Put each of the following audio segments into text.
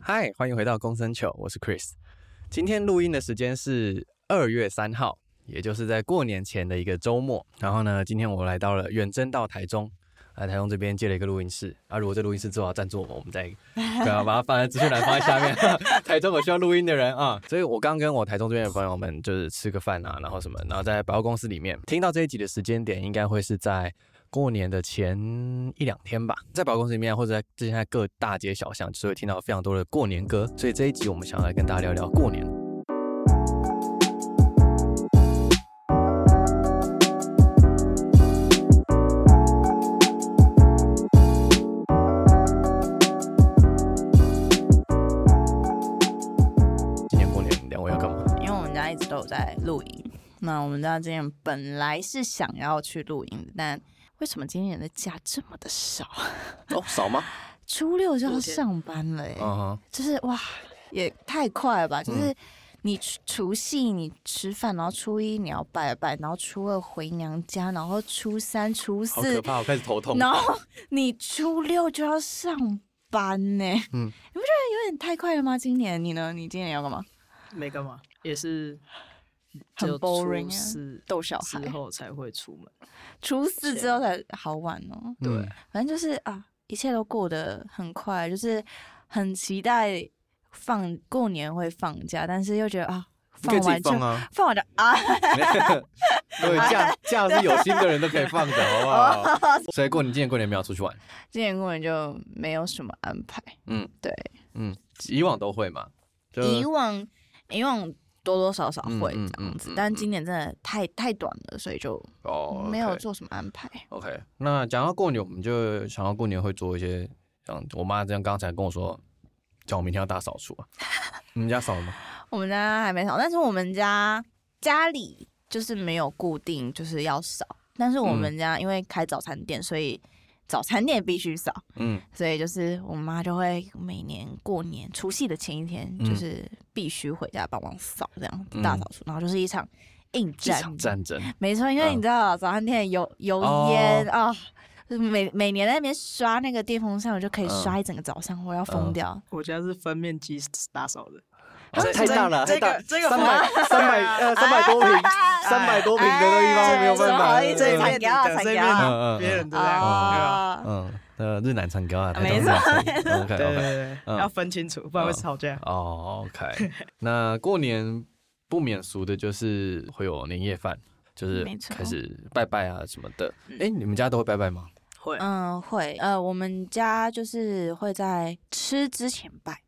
嗨，欢迎回到公生球，我是 Chris。今天录音的时间是二月三号，也就是在过年前的一个周末。然后呢，今天我来到了远征到台中，来台中这边借了一个录音室。啊，如果这录音室做好赞助我们，我们再对啊，把它放在资讯栏，放在下面。 台中有需要录音的人啊，所以我刚跟我台中这边的朋友们就是吃个饭啊，然后什么，然后在百货公司里面听到这一集的时间点，应该会是在过年的前一两天吧，在百货公司里面或者在之前在各大街小巷，就是会听到非常多的过年歌。所以这一集我们想要来跟大家聊聊过年。今年过年两位要干嘛？因为我们家一直都有在露营。那我们家今年本来是想要去露营的，但为什么今年的假这么的少？哦，少吗？初六就要上班了、欸，嗯哼，就是哇，也太快了吧！就是你除除夕你吃饭，然后初一你要拜拜，然后初二回娘家，然后初三、初好可四，怕，我开始头痛。然后你初六就要上班呢、嗯，你不觉得有点太快了吗？今年你呢？你今年要干嘛？没干嘛，也 是很只有 boring 啊初四逗小孩之后才会出门。初四之后才好玩哦。对反正就是啊，一切都过得很快，就是很期待放过年会放假，但是又觉得啊，你可以放自己完就放啊，放完就啊，对，假假是有心的人都可以放的，好不好？所以过年今年过年没有出去玩，今年过年就没有什么安排。嗯，对，嗯，以往都会嘛，就以往以往多多少少会嗯嗯这样子，嗯嗯但今年真的太太短了，所以就哦没有。做什么安排。 OK，, OK 那讲到过年，我们就想到过年会做一些，像我妈这样刚才跟我说，叫我明天要大扫除啊。你们家扫了吗？我们家还没扫，但是我们家家里就是没有固定就是要扫，但是我嗯们家因为开早餐店，所以早餐店必须扫，嗯，所以就是我妈就会每年过年除夕的前一天，嗯就是必须回家帮忙扫这样嗯大扫除，然后就是一场硬一战，场战争，没错，因为嗯你知道、早餐店油油哦烟啊。就是每每年在那边刷那个电风扇，我就可以刷一整个早上，我要疯嗯掉。我家是分面积打扫的，啊这太大了，这太大这个三百三百呃三百多 平，三百多平的地方没有办法。哎不好意思这一参面加啊你的参这一加啊嗯嗯嗯面别人的这样，啊嗯，呃，日南长高啊，没错，OK 对对 OK，对嗯对，要分清楚，不然会吵架。嗯哦，OK，那 过年不免俗的就是会有年夜饭，就是没错开始拜拜啊什么的。哎，你们家都会拜拜吗？会嗯，会。呃，我们家就是会在吃之前拜，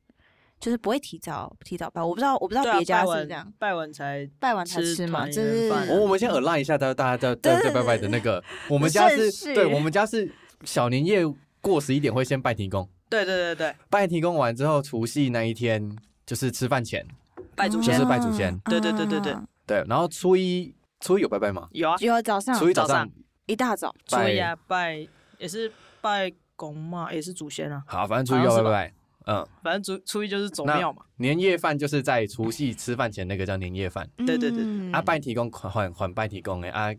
就是不会提早提早拜。我不知道，我不知道对啊别家拜是不是完这样，拜完才拜完才吃吃嘛，团就圆是饭啊哦我们先耳拉一下，大家大家对在在拜拜的那个，我们家顺是序对，我们家是小年夜过十一点会先拜提公，对对对对拜提公完之后，除夕那一天就是吃饭前，拜祖就先是拜祖先啊对对对对对啊对，然后初一初一有拜拜吗？有啊，有早上初一嗯早早上上，一大早，拜所以啊拜也是拜公嘛，也是祖先啊，好，反正初一要拜拜，嗯。反正初初一就是走那庙嘛，年夜饭就是在除夕吃饭前那个叫年夜饭，对对对对嗯啊，拜提供换换拜提供哎啊，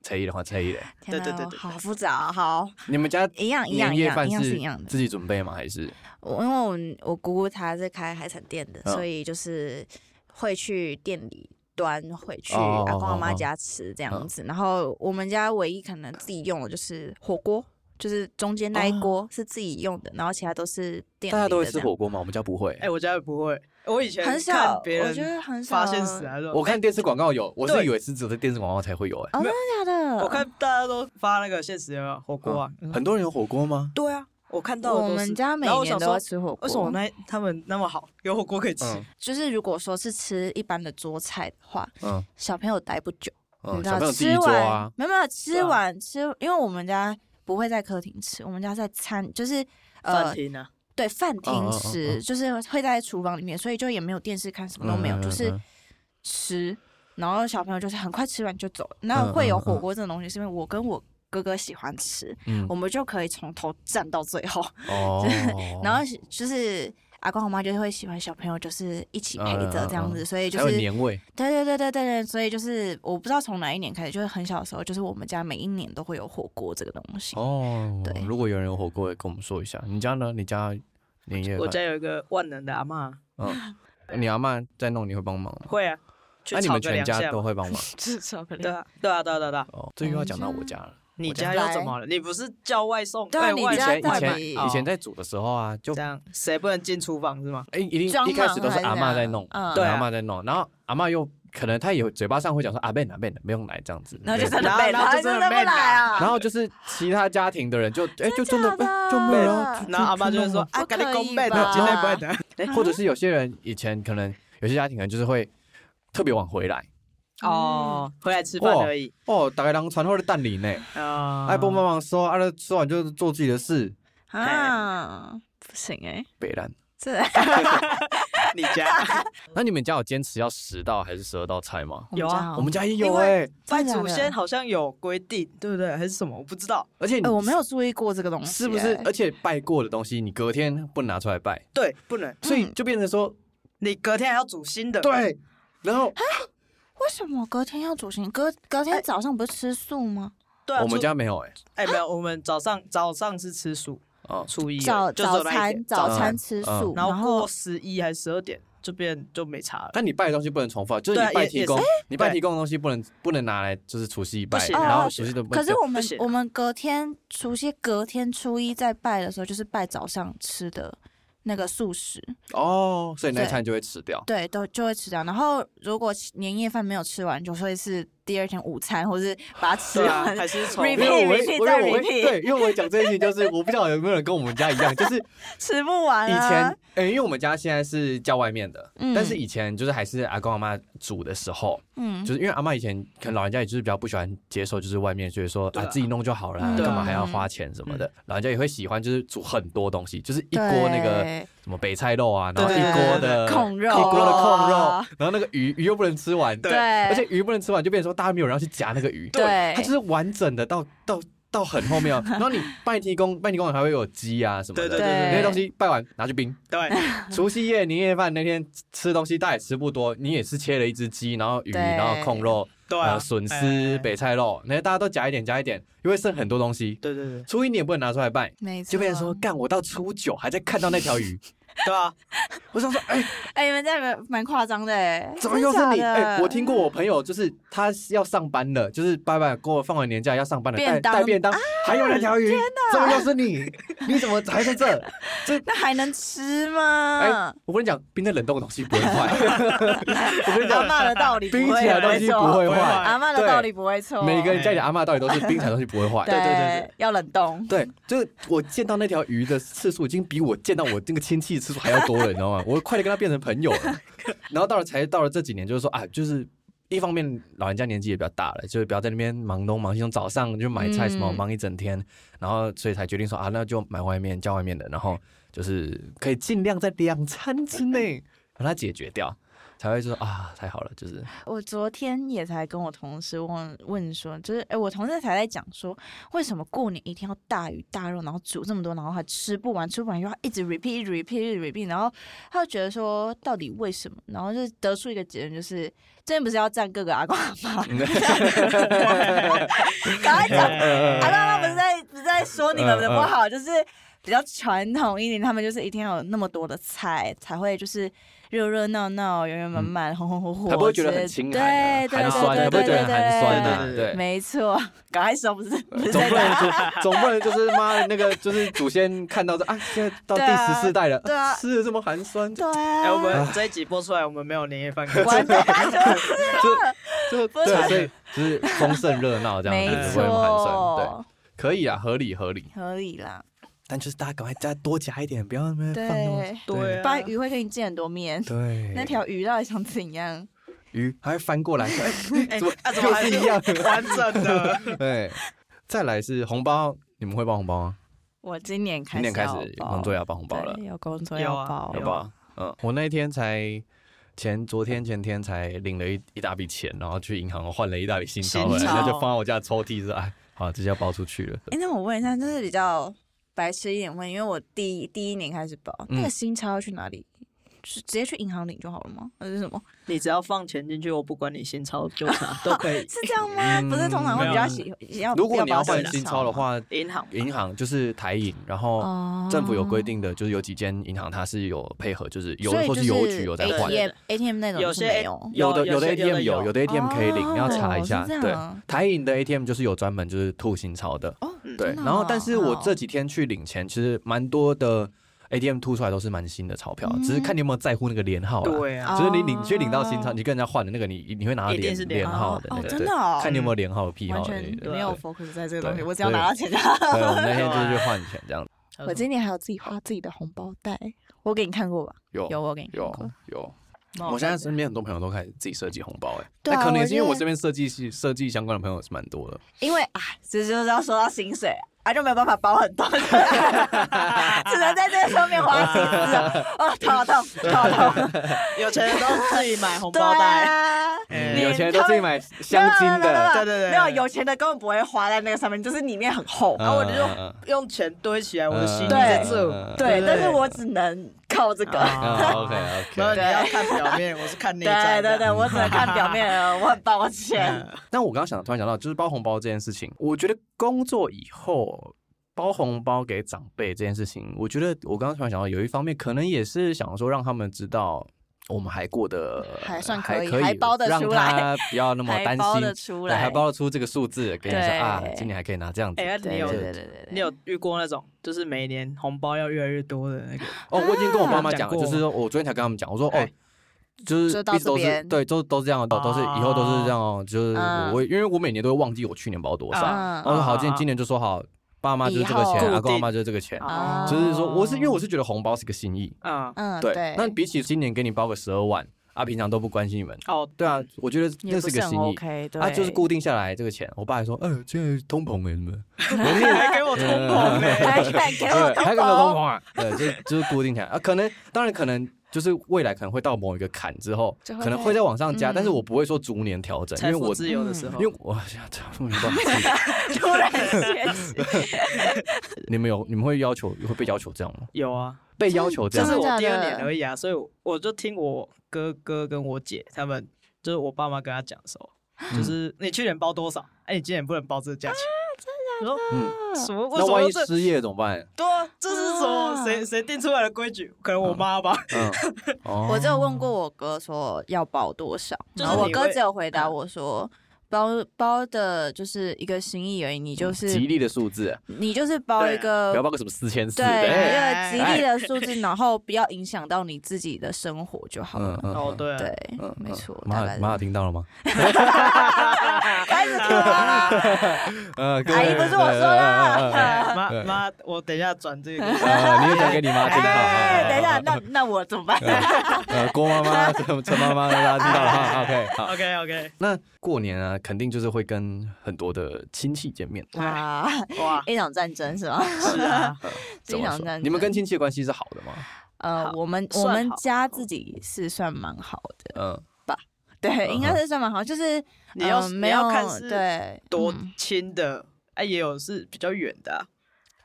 初一的话初 一的，天对对哪对对对好复杂啊，好你们家一样一样年一夜样饭一样是是一样的。自己准备吗？还是我因为我们我姑姑她是开海产店的，嗯所以就是会去店里端回去哦阿公阿哦妈哦家吃这样子。然后我们家唯一可能自己用的就是火锅，就是中间那一锅是自己用的，然后其他都是店哦大家里都会的吃这样火锅吗？我们家不会。哎，我家也不会，我以前很少看，别我觉人得很少发现死啊，说我哎看电视广告有，我是对以为是只有在电视广告才会有哎。哦，真的假的？我看大家都发那个现实有没有火锅啊，嗯很多人有火锅吗？对啊，我看到的我都们是家每然后我年想都说要吃火锅，为什么那他们那么好，有火锅可以吃？嗯就是如果说是吃一般的桌菜的话，嗯小朋友待不久。你嗯，知小道朋友自己吃做完啊，没有没有对吃啊完吃，因为我们家不会在客厅吃，我们家在餐就是饭呃厅啊，对饭嗯嗯厅嗯吃，嗯就是会在厨房里面，所以就也没有电视看，什么都没有，嗯就是嗯吃。然后小朋友就是很快吃完就走了。那嗯会有嗯火嗯锅这种东西，是因为我跟我哥哥喜欢吃，嗯我们就可以从头站到最后。，哦然后是就是阿公阿妈就会喜欢小朋友，就是一起陪着这样嗯嗯子，所以就还有是年味，对对对对对对，所以就是我不知道从哪一年开始，就是很小的时候，就是我们家每一年都会有火锅这个东西。哦，对如果有人有火锅，也跟我们说一下。你家呢？你家年夜我饭。家有一个万能的阿嬷，嗯，你阿妈在弄，你会帮忙吗？会啊，去那、你炒们个全两家下都嘛。会帮忙？吃巧克力对。啊，对啊，对啊，对啊对啊。哦，这又要讲到嗯我家了。你我家家又怎么了？你不是叫外送？对啊哎你以外哦前家以在前比以前在煮的时候啊，就这样，谁不能进厨房是吗？哎、一定装一开始都是忙还是阿嬷在弄，怎样嗯对，对啊阿嬷在弄，然后阿嬷又可能她有嘴巴上会讲说阿贝阿贝不用来这样子，然后就对真的被，然后就就真的的被被来啊，然后就是其他家庭的人就哎、就真的假的哎就没有啊， 然后阿妈就会说：“不啊，赶紧可以公妹吧嗯的，今天不会的。就或者是有些人以前可能有些家庭可能就是会特别晚回来”哦，回来吃饭而已。哦，大概人传后的蛋里呢，啊哎帮帮忙收，啊那收完就做自己的事，啊，不行哎、北兰。这 你家那你们家有坚持要十道还是十二道菜吗？有啊我们家也有因哎、为拜祖真的假先的好像有规定，对不对？还是什么？我不知道。而且你、哎，我没有注意过这个东哦西，哎欸是不是？呃而且拜过的东西，你隔天不拿出来拜，对，不能，嗯所以就变成说你隔天还要煮新的。，对，然后啊为什么隔天要煮行？隔隔天早上不是吃素吗？对啊，我们初家没有哎、哎没有，我们早上早上是吃素，哦，初一早就只有早那一餐天早餐餐吃素，然然后过后十一还是十二点这边就没差 了。但你拜的东西不能重复啊，就是对啊你拜也提也供是，你拜对提供的东西不能不能拿来就是除夕拜，行然哦后除夕都不可是我们不行啊我们隔天除夕隔天初一在拜的时候，就是拜早上吃的那个素食，哦，所以那一对餐就会吃掉。对，都就会吃掉。然后如果年夜饭没有吃完，就会是第二天午餐，或是把它吃对啊，完。还是从 Repeat 因为我会， repeat 我因再为我会， repeat 对，因为我讲这一句就是，我不知道有没有人跟我们家一样，就是以 吃不完啊。前， 哎、因为我们家现在是叫外面的，嗯但是以前就是还是阿公阿妈煮的时候，嗯，就是因为阿妈以前可能老人家也就是比较不喜欢接受，就是外面就是说嗯对啊啊嗯自己弄就好了，嗯干嘛还要花钱什么的。老人家也会喜欢就是煮很多东西，就是一一锅那个什么北菜肉啊，然后一对锅的控肉一锅的控肉啊，然后那个鱼鱼又不能吃完，对对，而且鱼不能吃完就变成说大家没有人要去夹那个鱼，对它就是完整的到到到很后面哦。然后你拜天公，拜天公还会有鸡啊什么对的，对对那些东西拜完拿去 冰。 对，除夕夜年夜饭那天吃东西，大家也吃不多，你也是切了一只鸡，然后鱼，对然后控肉，对啊呃，笋丝哎、北菜肉，那大家都夹一点，夹一点，因为剩很多东西。对对对初一你也不能拿出来拜，没错。就变成说，干我到初九还在看到那条 鱼，对啊，我想说，哎，哎、你们这蛮蛮夸张的哎，怎么又是真你？假的哎，我听过我朋友，就是他要上班了，就是拜拜给我放完年假要上班了，便带当啊带便当，还有那条鱼，怎么又是你？你怎么还在 这？那还能吃吗？哎，我跟你讲，冰在冷冻的东西不会坏， 我跟你阿讲，嬷的道理不 冰会起来的没东西错不会不会坏坏。阿嬷的道理不会错，每个人家里的阿嬷到底都是冰彩东西不会坏。哎对对对对要冷冻。对，就是我见到那条鱼的次数，已经比我见到我那个亲戚的次数还要多了，你知道吗？我快点跟他变成朋友了。然后到了才到了这几年，就是说啊，就是一方面老人家年纪也比较大了，就是不要在那边忙东忙西，从早上就买菜什么嗯忙一整天，然后所以才决定说啊，那就买外面叫外面的，然后就是可以尽量在两餐之内把它解决掉，才会说啊，太好了，就是我昨天也才跟我同事问问说，就是哎、我同事才在讲说，为什么过年一定要大鱼大肉，然后煮这么多，然后还吃不完，吃不完又要一直 repeat 一直 repeat 一直 repeat，然后他就觉得说，到底为什么？然后就得出一个结论，就是这边不是要占各个阿公阿妈， 赶哎快讲嗯哎阿爸啊妈不是在不是在说你们的不好，就是比较传统一点，他们就是一定要有那么多的菜，才会就是热热闹闹、圆圆满满、红红火火之类的，他不会觉得很心寒啊、对对寒酸啊，对不会对觉得对很寒酸对啊，对对对。没错，赶快说不是不 是总在不能打就总不能就是妈的那个就是祖先看到这啊，现在到第对啊十四代了，对啊 吃的这么寒酸，就对哎，我啊，们这一集播出来，我们没有年夜饭可以吃。完蛋了， 就不是对，啊所以就是丰盛热闹这样没子，不会很寒酸，对，错，可以啊，合理合理，合理啦，但就是大家赶快再多夹一点，不要那么放那么对，对啊不然鱼会跟你见很多面。对，那条鱼到底想怎样？鱼还会翻过来，哎 哎怎么啊，怎么还 又是是一样？完 整的？对，再来是红包，你们会包红包吗？我今年开今始年开始要有包工作要包红包了对，。有工作有要啊包好，哦有不好？嗯，我那一天才前昨天前天才领了一一大笔钱，然后去银行换了一大笔新钞回来，新钞那就放在我家的抽屉是哎，好，这就要包出去了。哎、那我问一下，就是比较白痴一点问，因为我第一第一年开始包，那嗯个新钞要去哪里是直接去银行领就好了吗？还是什么？你只要放钱进去，我不管你新钞旧钞都可以。是这样吗？不是通常会比较喜要嗯如果你要比较保换守新钞的话，银行吧银行就是台银，然后哦，政府有规定的，就是有几间银行它是有配合，就是邮所以或就是哎邮局有在换。 ATM ATM 那种有是些没有。啊有的有的些有 ATM 的有，有有的 ATM 可以领，哦你要查一下是。这对样啊，台银的 ATM 就是有专门就是吐新钞的。哦，真对，的然后哦但是我好这几天去领钱，其实蛮多的 ATM 吐出来都是蛮新的钞票，嗯只是看你有没有在乎那个连号啦。对啊，就是你领去领到哦新钞，你跟人家换的那个，你你会拿到一定连是连连号的那哦个，真对的哦看你有没有连号、批号完的全那个。没有对 focus 在这个东西，对我只要拿到钱就好。对，我们那天就是去换钱这样。还我有什么今年还有自己花自己的红包袋，我给你看过吧？有有，我给你看过有。有，蛮好我现在看的身边很多朋友都开始自己设计红包，哎，对啊那可能也是因为我我觉得这边设计系设计相关的朋友是蛮多的。因为啊，这就是要收到薪水啊，就没有办法包很 多，只能在这上面花心 思啊，哦，头好痛，头好痛，有钱人都自己买红对包袋， 啊，嗯你有钱人都自己买香精的，对对对没有有钱的根本不会花在那个上面，就是里面很厚，啊然后我就嗯嗯用钱堆起来，我的心嗯意在对这。嗯对，对但是我只能靠这个。啊嗯，OK OK。没有，你对要看表面，我是看内对在的。对 对，我只能看表面了，我很抱歉。嗯但我刚刚想，突然想到，就是包红包这件事情，我觉得工作以后包红包给长辈这件事情，我觉得我刚刚突然想到，有一方面可能也是想说让他们知道我们还过得还算可可以以，还包得让出来他不要那么还担包得心，出对，来，嗯还包得出这个数字，跟你说对啊，今年还可以拿这样子。哎，你对有对对对对对，你有遇过那种，就是每年红包要越来越多的那个？哦，我已经跟我妈妈讲啊讲了，过就是说我昨天才跟他们讲，我说哦哎。就是就到一直都这边是对，都都是这样的，都都是以后都啊是这样哦。就是嗯我，因为我每年都会忘记我去年包多少，啊然后说哦好，今天今年就说好，爸妈就是这个以后钱，阿固公定阿妈就是这个钱，啊就是说我是因为我是觉得红包是个心意，啊，嗯对对，，那比起今年给你包个十二万，啊，平常都不关心你们，哦，对啊，我觉得也那不个很心意。 OK，对，啊，就是 固定下来这个钱，我爸还说，呃，现在通膨哎，什 么？还给我通 膨嘞！还敢给我对，还通有没有通包膨？啊？对，就就是固定下来啊，可能当然可能就是未来可能会到某一个坎之后，就会可能会再往上加，嗯但是我不会说逐年调整，因财为富我自由的时嗯候，因为我想突然忘记突然间，你们有你们会要求会被要求这样吗？有啊，被要求这这样是吗？真的假我第二的年而已啊，所以我就听我哥哥跟我姐他们，就是我爸妈跟他讲的时候，嗯就是你去年包多少？哎，你今年不能包这个价钱。真的？嗯，什么？为那什么万一这？失业怎么办？对啊，这是什么？啊谁谁定出来的规矩？可能我妈吧。嗯，哦我只有问过我哥说要包多少，就是然后我你哥会嗯只有回答我说。包包的就是一个心意而已，你就是吉利的数字，你就是包一对啊不个要报个什么四千四对，的。哎哎一个吉利的数字，然后不要影响到你自己的生活就好嗯了。嗯哦，对啊，对嗯，没错，大马尔概是哎马尔听到了吗？开哎始哭了，呃，阿阿姨不是我说的。哎妈妈，我等一下转这个给你。呃，你也讲给你妈听哎，好。等一下，那那我怎么办？呃，郭妈 妈、陈陈妈妈，大家听到了哈。OK，好。 OK OK，哎那过年啊，肯定就是会跟很多的亲戚见面。哇，哇，一场战争是吗？是啊，怎经么常说？战争你们跟亲戚的关系是好的吗？呃好，我们算我们好家自己是算蛮好的，嗯，对，嗯应该是算蛮好，就是你要呃你没要有看是对多嗯亲的，哎，也有是比较远的啊，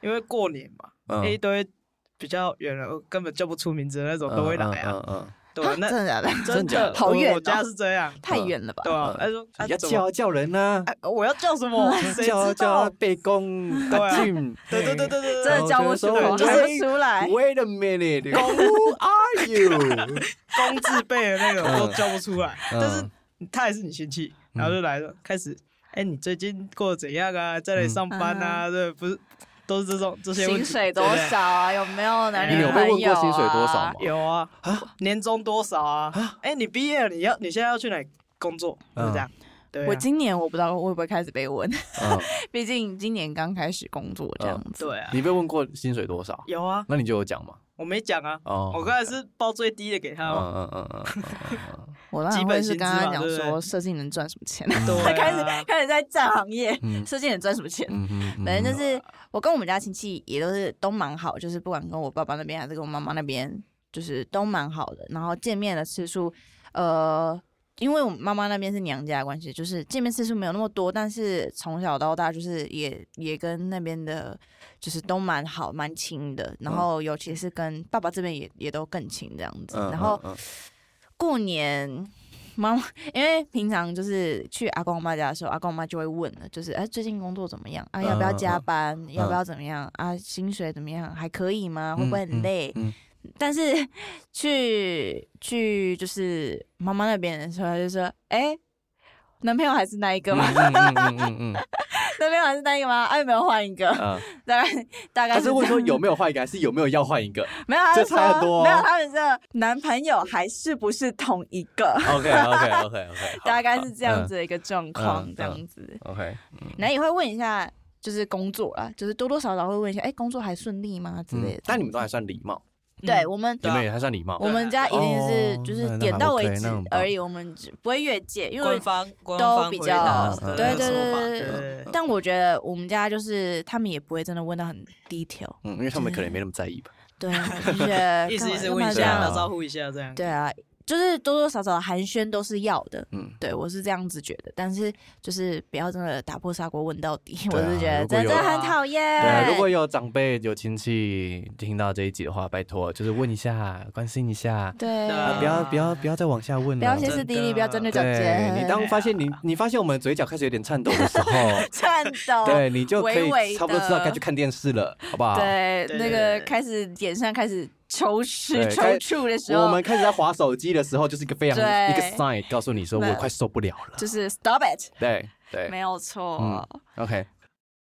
因为过年嘛，嗯一堆比较远了，根本叫不出名字的那种都会来啊。嗯嗯，对啊啊，那真的假的？真真假的的好我远哦我家是这样， 太远了吧？对啊嗯。他说啊要怎么叫叫人呢，哎我要叫什么？谁叫知叫道？背公对啊大俊。对对对对对真对，啊的叫不出口，我叫觉得不出来。 Wait a minute, who are you？公字辈的那种嗯都叫不出来，嗯但是他也是你亲戚，然后就来了，开始，哎，你最近过得怎样啊？在哪里上班啊？对，不是都是这种这些问题。嗯薪水多对不少啊？有没 有男你女有被朋友、啊？问过薪水多少吗对？有啊，年终多少啊？哎，你毕业了，你要你现在要去哪里工作？就嗯这样。对啊，我今年我不知道会不会开始被问，嗯，毕竟今年刚开始工作这样子。对啊，你被问过薪水多少？有啊，那你就有讲嘛？我没讲啊，哦，我刚才是报最低的给他哦嘛。嗯嗯嗯嗯嗯我当然基会本是薪资跟嘛他讲对不对说，设计能赚什么钱？对啊， 开始开始在占行业，嗯设计能赚什么钱？嗯嗯，反正就是我跟我们家亲戚也都是都蛮好，就是不管跟我爸爸那边还是跟我妈妈那边，就是都蛮好的。然后见面的次数，呃，因为我妈妈那边是娘家的关系，就是见面次数没有那么多，但是从小到大就是也也跟那边的，就是都蛮好蛮亲的，然嗯后尤其是跟爸爸这边也也都更亲这样子，嗯，然后嗯嗯过年，妈 妈因为平常就是去阿公阿妈家的时候，阿公阿妈就会问了，就是哎、最近工作怎么样嗯啊？要不要加班？要不要怎么样啊？薪水怎么样？还可以吗？会不会很累？嗯嗯但是去去就是妈妈那边的时候，她就说哎。男朋友还是那一个吗？嗯嗯嗯嗯嗯男朋友还是那一个吗？啊，有没有换一 个？嗯啊，大概大他概是是这问样说有没有换一个，还是有没有要换一个 没有，他这就说差很多哦没有，他们这男朋友还是不是同一个？ ？OK OK OK OK， 大概是这样子的一个状嗯况嗯，这样子。 OK，然后也会问一下，就是工作啦，就是多多少少会问一下，哎，工作还顺利吗之类的。嗯但你们都啊还算礼貌，对嗯我们你们也还算礼貌我们家一定是哦就是那点那到 OK，为止那很棒而已，我们只不会越界，因为官。方官都方比回较答嗯嗯的对对说法对对对，对，但我觉得我们家就是他们也不会真的问到很 detail，嗯，因为他们可能也没那么在意吧。对，我就觉得意思干嘛意思干问嘛一这下，啊样打招呼一下这样。对啊，就是多多少少的寒暄都是要的，嗯，对我是这样子觉得，但是就是不要真的打破砂锅问到底，对我啊是觉得如果真有的很讨厌。对啊，如果有长辈有亲戚听到这一集的话，拜托就是问一下，关心一下，对啊不要不要不要再往下问不了，要歇斯底里，不要针对嗯对脚尖，，你 当发现你你发现我们嘴角开始有点颤抖的时候 颤抖，对你就可哦微微以地差不多知道该去看电视了，好不好？对对那对个对开始脸上开始抽搐、对抽开搐的时我候们，开始在划手机的时候，就是一个非常对一个 sign，告诉你说对我快受不了了。就是 stop it，对对没有错。嗯 OK，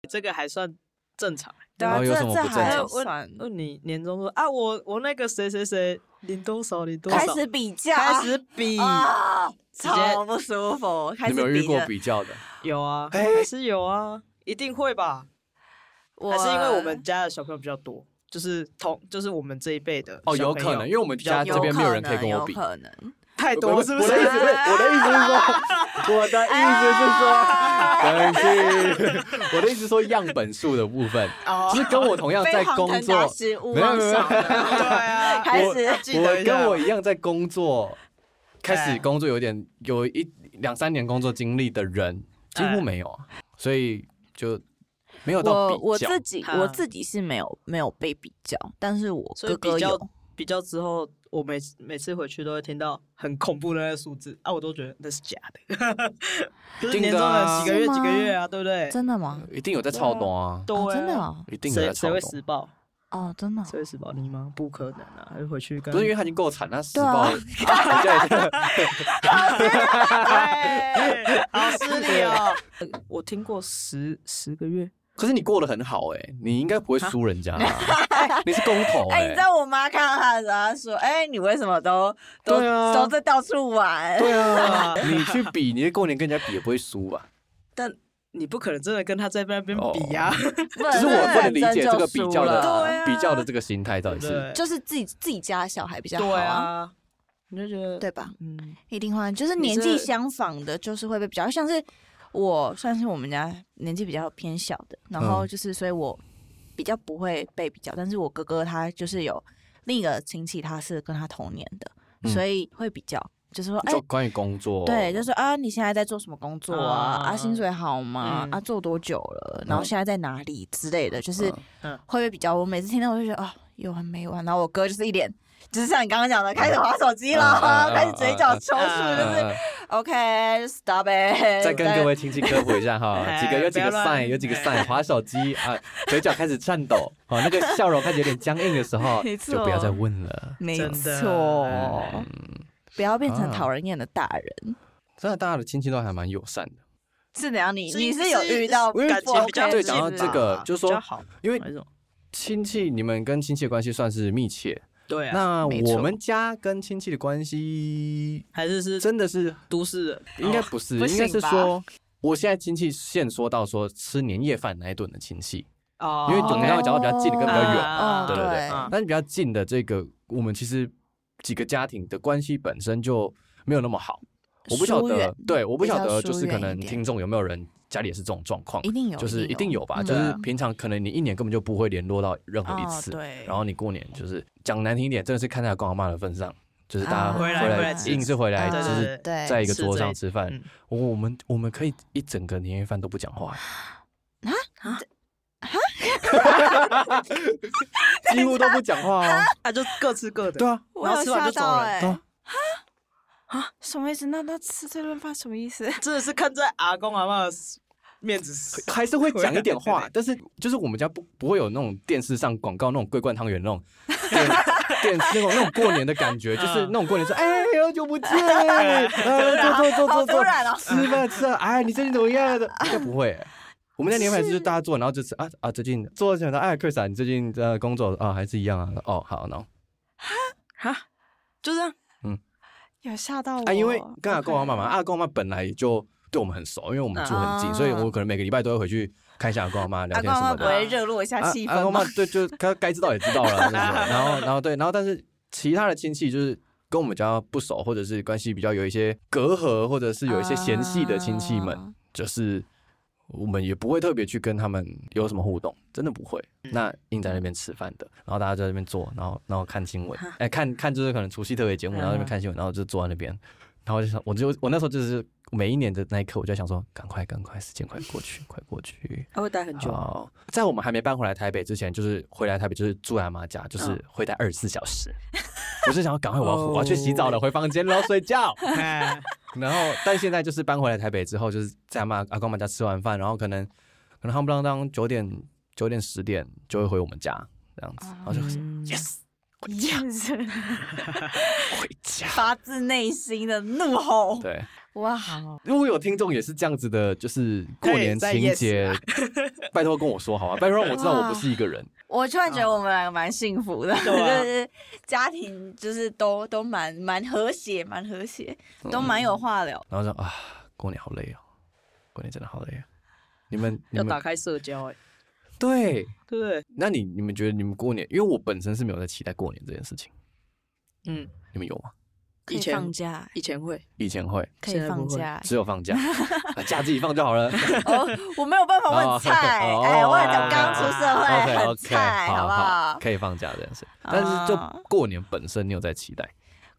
这个还算正常。对然啊，后这有什么这不正还常算那哎你年终说啊，我我那个谁谁谁领多少领多少，开始比较，开始比啊，直接超不舒服。开你没始有遇过的？比较的？哎有啊，哎还是有啊，一定会吧？我哎还是因为我们家的小朋友比较多，就是同就是我们这一辈的哦，小有朋可友能，因为我们家有啊这边没有人可以能跟我有比。可能。太多了，是不是我？的意思是，我的意思是说，我的意思是说，等一下哎我的意思是说样本数的部分，哦就是跟我同样在工作，失勿没有忘没有少了，对啊，开我始记得我一下跟我一样在工作，开始哎工作有点有一两三年工作经历的人，几乎哎没有啊，所以就没有到我我比较自。己啊我自己是没有没有被比较，但是我所以哥比哥较有。比较之后，我每每次回去都会听到很恐怖的那个数字啊，我都觉得那是假的。 就是年终的几个月是吗几个月啊，对不对？真的吗？一定有在操动啊，对哦啊，真的哦，一定有在谁操谁会动施。暴？哦，真的哦。谁会施暴你吗？不可能啊！还是回去跟不是因为他已经够惨，他施对啊 暴，人家已经 哎好失礼哦。 我听过十十个月，可是你过得很好哎、你应该不会输人家、 啊，你是公投哎，哎、你知道我妈看到他的时候，她说：“哎，你为什么都都对啊都在到处玩对啊，你去比，你过年跟人家比也不会输吧？但你不可能真的跟他在那边哦比呀、啊。？”不只是我不能理解这个比较认真就输了的、对啊比较的这个心态到底是。对就是自己自己家的小孩比较好对，啊，你就觉得对吧？嗯，一定会，啊就是你年纪这相仿的，就是会被比较，像是我算是我们家年纪比较偏小的，然后嗯就是所以我比较不会被比较，但是我哥哥他就是有另一个亲戚，他是跟他同年的，嗯所以会比较，就是说哎。就关于工作，对，就说啊，你现在在做什么工作啊？啊，啊薪水好吗？嗯啊，做多久了？然后嗯现在在哪里之类的，就是嗯嗯会被比较。我每次听到我就觉得啊，有完没完？然后我哥就是一脸，就是像你刚刚讲的，开始划手机了嗯嗯嗯，嗯 开始嘴角抽�搐，嗯，就是 OK，stop it。再跟各位亲戚科普一下哈，哎几个有几个不要乱 sign，有几个哎 sign，滑手机啊，嘴角开始颤抖，哦，那个笑容开始有点僵硬的时候 没，错就不要再问了。哦没真的错，不要变成啊讨人厌的大人。真的，大家的亲戚都还蛮友善的。是怎样？你是你是有遇到不因为感情比较 OK 对，的讲到事这吧个，就是比说，较好，因为哪一种？亲戚，你们跟亲戚的关系算是密切。对啊，那没错我们家跟亲戚的关系还是是真的是，都市人，应该不是，哦不应该行是吧说，我现在亲戚现说到说吃年夜饭那一顿的亲戚，哦，因为我们刚刚讲到比较近的跟比较远哦啊，对对嗯对啊。但是比较近的这个，我们其实几个家庭的关系本身就没有那么好。我不晓疏远得，对，我不比晓较得，疏就是可远一能点听众有没有人家里也是这种状况一，定有，就是一定有吧，嗯就是平常可能你一年根本就不会联络到任何一哦次，对，然后你过年就是讲难听一点，真的是看在阿公阿妈的份上，就是大家啊回回来回来来吃硬是回来，啊就对对是对对，在一个吃桌这上一吃饭。嗯，我我们我们可以一整个年夜饭都不讲话，啊 几乎都不讲话哦。啊，就各吃各的。对啊，我然后有吃完吓就走到人哎、对啊啊，什么意思？那那吃这顿饭什么意思？ 真的是看在阿公阿妈面子上，还是会讲一点 回 来话，但是就是我们家不不会有那种电视上广告那种桂冠汤圆那种电电那种那种过年的感觉，就是嗯那种过年说哎好久 不见，哎坐坐坐坐坐，然哦！吃饭吃饭，哎你最近怎么 样？应该不会、我们家年夜饭就是大家坐，然后就是啊啊，最近坐想到哎，Chris 啊，你最近呃工作啊还是一样啊？哦，好，然后哈，就啊 这样。有吓到我啊，因为跟阿公阿妈嘛， OK 阿公阿妈本来就对我们很熟，因为我们住很近，啊所以我可能每个礼拜都会回去看一下阿公阿妈聊阿公天什阿么妈的不。会热络一下啊气啊氛我吗妈？对，就该该知道也知 道了，对不对然后然后对，然后但是其他的亲戚就是跟我们家不熟，或者是关系比较有一些隔阂，或者是有一些嫌隙的亲戚们，啊就是我们也不会特别去跟他们有什么互动，真的不会。那硬在那边吃饭的，然后大家就在那边坐，然后然后看新闻，哎，看看就是可能除夕特别节目，然后在那边看新闻，然后就坐在那边，然后我就想，我就我那时候就是每一年的那一刻，我就在想说，赶快赶快，时间快过去，快过去。他会待很久。哦，在我们还没搬回来台北之前，就是回来台北就是住阿妈家，就是嗯会待二十四小时。我是想要赶快我要哦我要去洗澡了，回房间了，然后睡觉。哎，然后，但现在就是搬回来台北之后，就是在阿妈阿公阿妈家吃完饭，然后可能可能夯不啷当九点九点十点就会回我们家这样子，然后就嗯 yes 就是 回家。 发自内心的怒吼，对，哇！如果有听众也是这样子的，就是过可以年再情 yes 啊节，拜托跟我说好吗？拜托让我知道我不是一个人。我突然觉啊得我们两个蛮幸福的，就对啊是家庭就是都都蛮蛮和谐，蛮和谐，嗯都蛮有话聊。然后说啊，过年好累哦，过年真的好累、啊。你们你要打们开社交哎，对，对不对？那你你们觉得你们过年，因为我本身是没有在期待过年这件事情，嗯，你们有吗？以可以前放假，以前会，以前会，可现在以不放会假。只有放假，啊假自己放就好了。哦，我没有办法， 我很菜，哦哎，我很刚出社 OK 会，很 OK，菜，好好不好？可以放假这件事，但是啊就过年本身，你有在期待？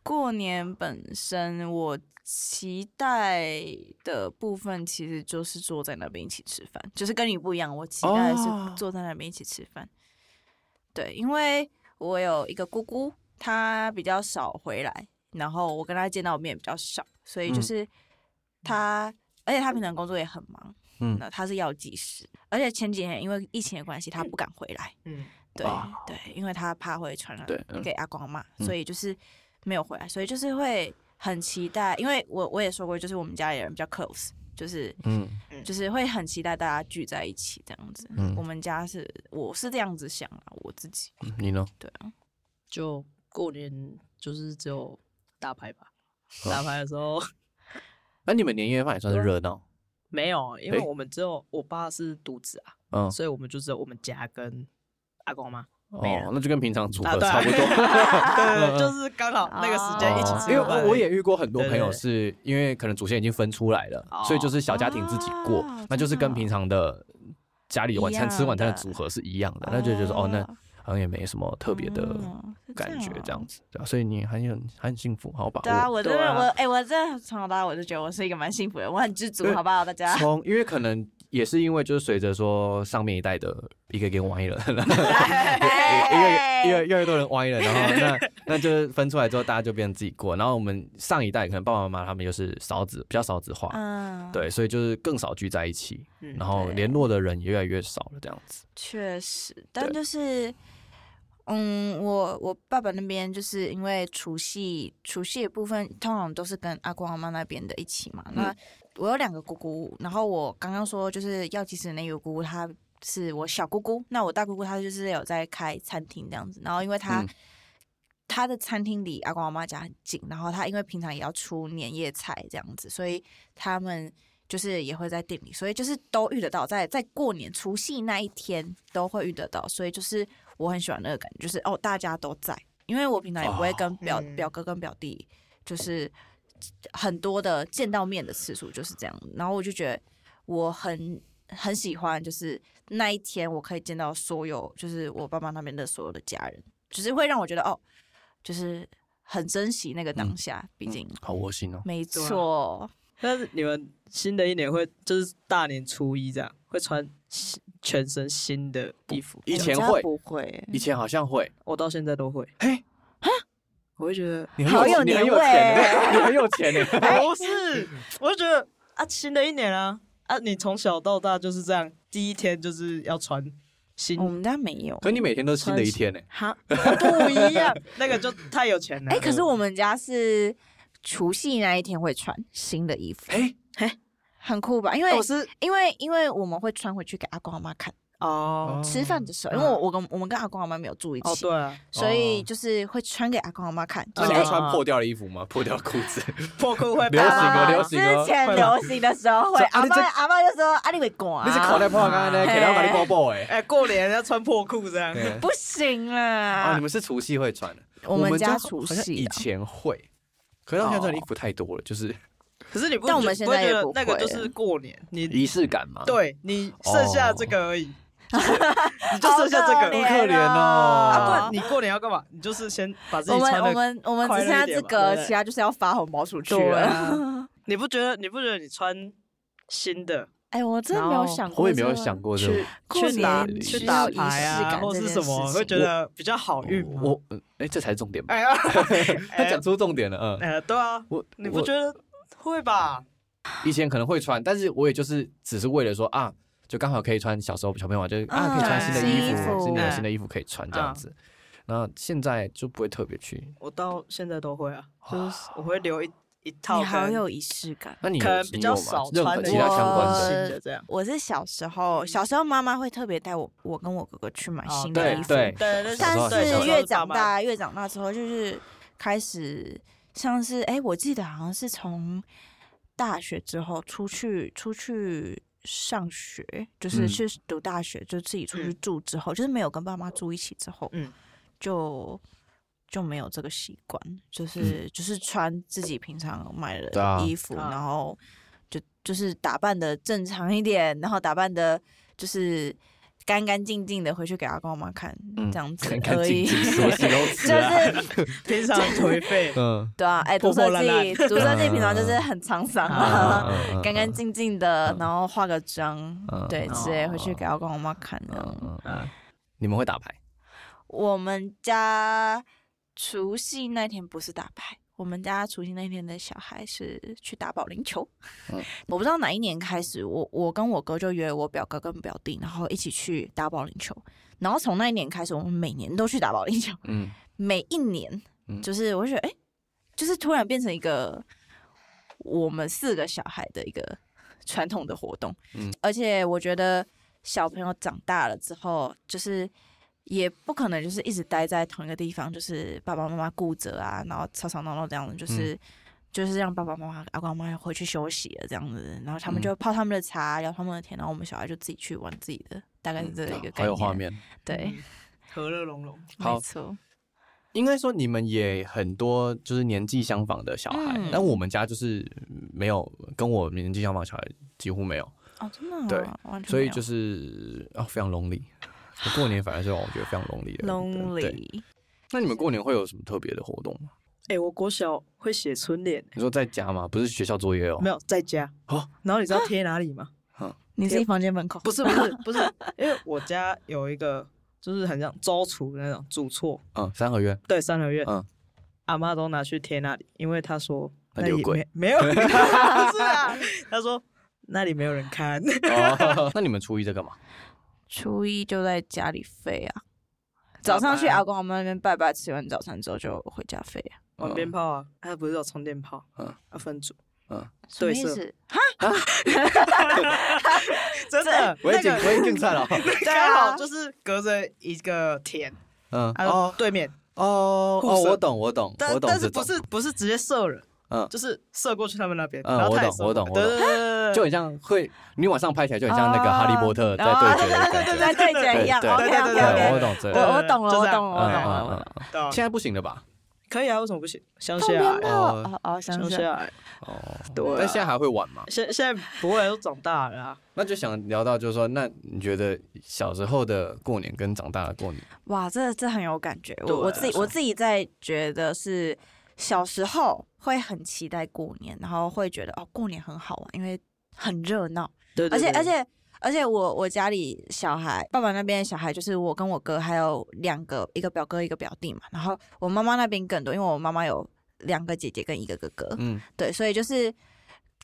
过年本身，我期待的部分其实就是坐在那边一起吃饭，就是跟你不一样，我期待的哦是坐在那边一起吃饭。对，因为我有一个姑姑，她比较少回来，然后我跟她见到面比较少，所以就嗯是她，而且她平常工作也很忙，嗯那她是药剂师，而且前几年因为疫情的关系，她不敢回来。嗯，对、哦对，因为他怕会传染对嗯给阿公阿妈，嗯所以就是没有回来，所以就是会很期待，因为我我也说过，就是我们家里人比较 close，就是嗯就是会很期待大家聚在一起这样子。嗯我们家是我是这样子想啊，我自己嗯你呢？对啊，就过年就是只有打牌吧，哦打牌的 时候那你们年夜饭也算是热闹，没有，啊因为诶我们只有我爸是独子啊，嗯，所以我们就只有我们家跟阿公妈。没人哦，那就跟平常组啊合 对啊差不 多。对，就是刚好那个时间一起哦吃因为饭我我也遇过很多对朋友对对是因为可能祖先已经分出来了，所以就是小家庭自己过，哦那就是跟真的哦平常的家里晚餐一样吃晚餐的的组合是一样的，那就觉得哦，那好像也没什么特别的哦是感觉哦这样哦子，对啊吧？所以你很有很幸福，好吧？对啊，我真的、对啊我哎、我真的从小到大我就觉得我是一个蛮幸福的人，我很知足对，好不好，大 家？从因为可能也是因为就是随着说上面一代的一个一个玩一人， 哎越越越来越多人歪了，然后那那就是分出来之后，大家就变成自己过。然后我们上一代可能爸爸妈妈他们又是少子，比较少子化， 嗯，，对，所以就是更少聚在一起，嗯然后对联络的人也越来越少了，这样子。确实，但对就是，嗯，我我爸爸那边就是因为除夕除夕的部分，通常都是跟阿公阿妈那边的一起嘛。那我有两个姑姑，然后我刚刚说就是药剂师的那个姑姑，她是我小姑姑，那我大姑姑她就是有在开餐厅这样子，然后因为她。嗯她的餐厅离阿公阿妈家很近，然后她因为平常也要出年夜菜这样子，所以他们就是也会在店里，所以就是都遇得到，在在过年除夕那一天都会遇得到，所以就是我很喜欢那个感觉，就是哦大家都在，因为我平常也不会跟表、嗯表哥跟表弟就是很多的见到面的次数就是这样，然后我就觉得我很很喜欢，就是那一天我可以见到所有就是我爸妈那边的所有的家人，只是会让我觉得哦，就是很珍惜那个当下，毕嗯竟、好窝心哦。没对啊错。但是你们新的一年会就是大年初一这样会穿新全身新的衣服，以我前家会不会？以前好像会，我到现在都会。哎，我会觉得你好很有你很年有味钱欸，你很有钱欸 哎不是，我就觉得啊，新的一年啊啊，你从小到大就是这样，第一天就是要穿新我们家没有。可你每天都是新的一天欸 呢。好，不一 样，那个就太有钱了。哎、可是我们家是除夕那一天会穿新的衣服，哎，哦很酷吧？因为哎我是因为因为我们会穿回去给阿公阿妈看，哦吃饭的时嗯候，因为我我跟我们跟阿公阿妈没有住一哦起，对啊，所以哦嗯就是会穿给阿公阿妈看。就那是你哎会啊穿破掉的衣服吗？破掉的裤子？破裤会流行哦啊流行哦之前流行的时候会，这阿啊你妈这阿妈就说：“啊，你会管你是口 啊，袋破刚刚呢？给他把你包包哎。哎，过年要穿破裤这 样，对不行啊，啦你。们是除夕会穿的，”我们家好除好像夕以啊前会，可是到现在穿的衣服太多了，就是可是你不，但我们现在也你不会不会觉得那个就是过年，你仪式感嘛。，对你剩下这个而已， 你就哦好剩下这怜个。可怜哦啊，不哦然你过年要干嘛？你就是先把自我己们穿我的，们我们只快乐剩一下点这嘛对个，不对其他就是要发红包出去对了。啊。你不觉得？你不觉得你穿新的哎，我真的没有想过，我也没有想。过这去种。过去打年去需打要仪牌式啊，感或这是件什事么，会觉情得比较好运吗？我嗯哎，这才是重点 吧。哎呀， 他讲出重点了，嗯。哎，对啊，我你我不觉得会吧？以前可能会穿，但是我也就是只是为了说啊，就刚好可以穿小时候小朋友嘛，就是啊嗯可以穿新的衣新衣服，啊服新的啊有嗯新的衣服可以穿这样子。然后现在就不会特别去。我到现在都会啊，就是我会留一一套，你好有仪式感。那你有可能你比有较吗少任穿何的哦其他相关呃的， 新的这样。我是小时候，小时候妈妈会特别带我，我跟我哥哥去买哦新的对衣服。对，对，小时候啊但还小时候是是越长， 大，越长大之后，就是开始像是哎，我记得好像是从大学之后出去出去上学，就是嗯去读大学，就自己出去嗯住之后，就是没有跟爸妈住一起之后，嗯就。就没有这个习惯，就是、就是穿自己平常买嗯对啊的衣服，啊然后就就是打扮的正常一点，然后打扮的就是干干净净的回去给阿公阿妈看，嗯这样子干干而净已。 净，什么形容就词啊？。是 平常颓废 嗯，对啊，哎、破读破设烂烂计，读设计平常就是很沧桑啊，嗯嗯嗯嗯干干净净的嗯，然后化个妆嗯，对，之类回去哦给阿公阿妈看这样。嗯嗯，你们会打牌？我们家除夕那天不是打牌，我们家除夕那天的小孩是去打保龄球。嗯我不知道哪一年开始，我我跟我哥就约我表哥跟表弟，然后一起去打保龄球。然后从那一年开始，我们每年都去打保龄球，嗯，每一年嗯，就是我就觉得哎、诶就是突然变成一个我们四个小孩的一个传统的活动。嗯而且我觉得小朋友长大了之后，就是也不可能就是一直待在同一个地方，就是爸爸妈妈顾着啊，然后吵吵闹闹这样子，就是。嗯就是让爸爸妈妈、阿公阿妈回去休息了，这样子，然后他们嗯就泡他们的茶，聊他们的天，然后我们小孩就自己去玩自己的，大概是这一个好概念。有画，面。对，嗯，和乐融融。好没错。应该说你们也很多就是年纪相仿的小孩，嗯但我们家就是没有跟我年纪相仿小孩几乎没有。哦，真的、哦，对完全所没以有就是啊、非常 lonely。我过年反而是让我觉得非常 lonely 的。对 lonely。那你们过年会有什么特别的活动吗？哎，我国小会写春联，你说在家吗？不是学校作业哦。没有在家。哦然后你知道贴哪里 吗？你自己房间门口？不是不是不是，因为我家有一个就是很像周厨的那种主厝，嗯，三合院。对，三合院。嗯阿妈都拿去贴那里，因为她说那那里有里鬼没没有， 不是 啊，她说那里没有人看，哦，那你们初一在干嘛？初一就在家里飞啊，早上去拜拜阿公阿妈那边拜拜，吃完早餐之后就回家飞啊。玩鞭炮啊，它不是有充电炮，嗯嗯，要分组，嗯，什么对意思？是真的，啊我也那警个我也更惨了。刚好就是隔着一个田， 嗯，然后对面，哦啊护哦，士我懂，我懂，但我懂但这是不种，是不是直接射人，嗯就是射过去他们那边，嗯然后他也我懂射过我懂来我对懂对对对就对很像会，你往上拍起来就很像那个哈利波特在哦对决的感觉。在对决一样。哦对 OK 对 OK 对对对对，我 OK，懂这我个。我懂了，就我这样懂了，我懂了，嗯我懂嗯了。嗯对啊现在不行了吧？可以啊，为什么不行？乡放下鞭来，炮哦哦，想乡起下啊来来，哦，对啊但现在还会玩吗？现现在不会都长大了啊，那就想聊到，就是说，那你觉得小时候的过年跟长大的过年，哇，这这很有感觉。我对我自己我自己在觉得是小时候会很期待过年，然后会觉得哦，过年很好玩，因为很热闹，对，对而且对而且而且我我家里小孩，爸爸那边的小孩就是我跟我哥还有两个，一个表哥一个表弟嘛，然后我妈妈那边更多，因为我妈妈有两个姐姐跟一个哥哥，嗯对，所以就是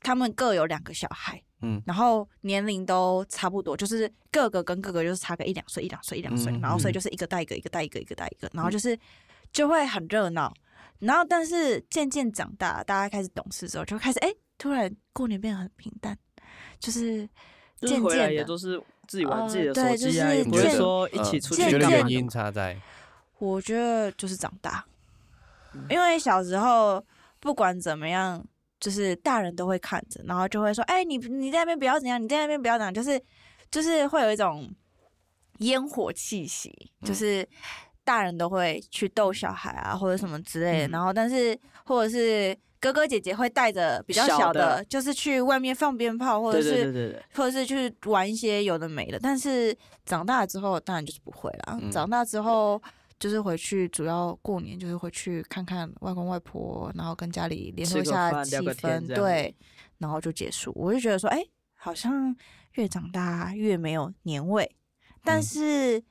他们各有两个小孩，嗯然后年龄都差不多，就是各个跟各个就是差个一两岁、一两岁、一两岁，嗯然后所以嗯就是一个带一个，一个带一个，一个带一个，然后就是就会很热闹。然后但是渐渐长大，大家开始懂事之后，就开始哎，突然过年变得很平淡，就是就是渐回来渐也的。都是自己玩自己的呃对手机啊，就是也不会渐说一呃起出去你觉得渐干嘛渐原因差在我觉得就是长大，嗯因为小时候不管怎么样，就是大人都会看着，然后就会说：“哎、你你在那边不要怎样，你在那边不要怎样。”就是就是会有一种烟火气息，嗯就是大人都会去逗小孩啊，或者什么之类的。嗯然后，但是或者是哥哥姐姐会带着比较小小的，的就是去外面放鞭炮，或者对是对对对对，或者是去玩一些有的没的。但是长大之后，当然就是不会啦。嗯长大之后就是回去，主要过年就是回去看看外公外婆，然后跟家里联络一吃个下饭气聊个天氛，这样对，然后就结束。我就觉得说，哎、好像越长大越没有年味，但嗯是。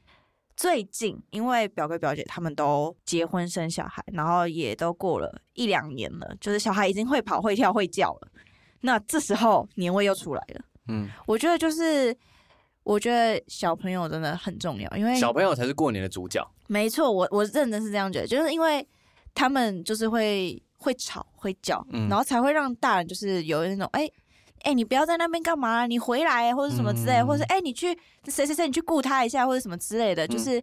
最近，因为表哥表姐他们都结婚生小孩，然后也都过了一两年了，就是小孩已经会跑、会跳、会叫了。那这时候年味又出来了。嗯，我觉得就是，我觉得小朋友真的很重要，因为小朋友才是过年的主角，没错，我我认真是这样觉得，就是因为他们就是会会吵会叫，嗯然后才会让大人就是有那种哎。哎、你不要在那边干嘛？你回来或者什么之类，嗯或者是哎、你去谁谁谁，你去顾他一下，或者什么之类的，就是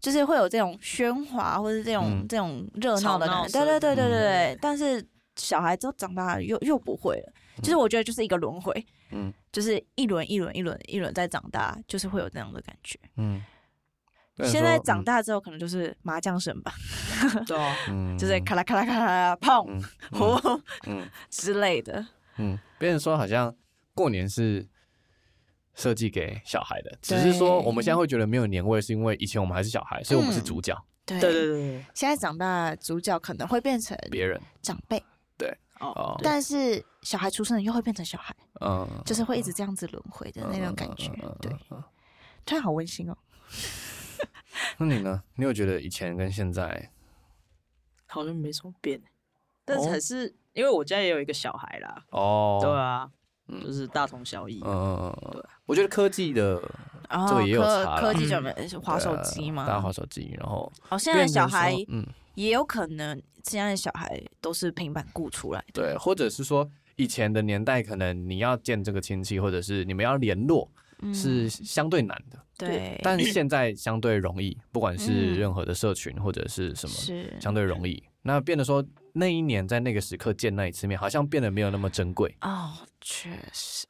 就是会有这种喧哗或者这种、嗯这种热闹的感吵闹觉。对对声对对对对。嗯但是小孩都长大了又又不会了，就是我觉得就是一个轮回，嗯 就是一轮一轮一轮一轮在长大，就是会有这样的感觉。嗯。现在长大大之后，可能就是麻将声吧，对啊，就是咔啦咔啦咔啦砰嗯吼、嗯之类的。嗯，别人说好像过年是设计给小孩的，只是说对我们现在会觉得没有年味，是因为以前我们还是小孩，所以我们是嗯主角，对对对对对，现在长大，主角可能会变成别人长辈，哦哦，对但是小孩出生又会变成小孩，嗯，就是会一直这样子轮回的那种感觉。对，突然好温馨哦。那你呢？你有觉得以前跟现在，好像没什么变，但是哦还是因为我家也有一个小孩啦，哦，对啊，嗯就是大同小异嗯，，嗯嗯啊嗯，我觉得科技的然后这也有差哦科啦科技准备滑手机大家嘛滑，手机，然后哦，现在的小孩变成说嗯，也有可能，现在的小孩都是平板顾出来的。对，或者是说以前的年代，可能你要见这个亲戚，或者是你们要联络，嗯是相对难的，对，但现在相对容易，不管是嗯任何的社群或者是什么，是相对容易。那变得说那一年在那个时刻见那一次面，好像变得没有那么珍贵，哦，确实。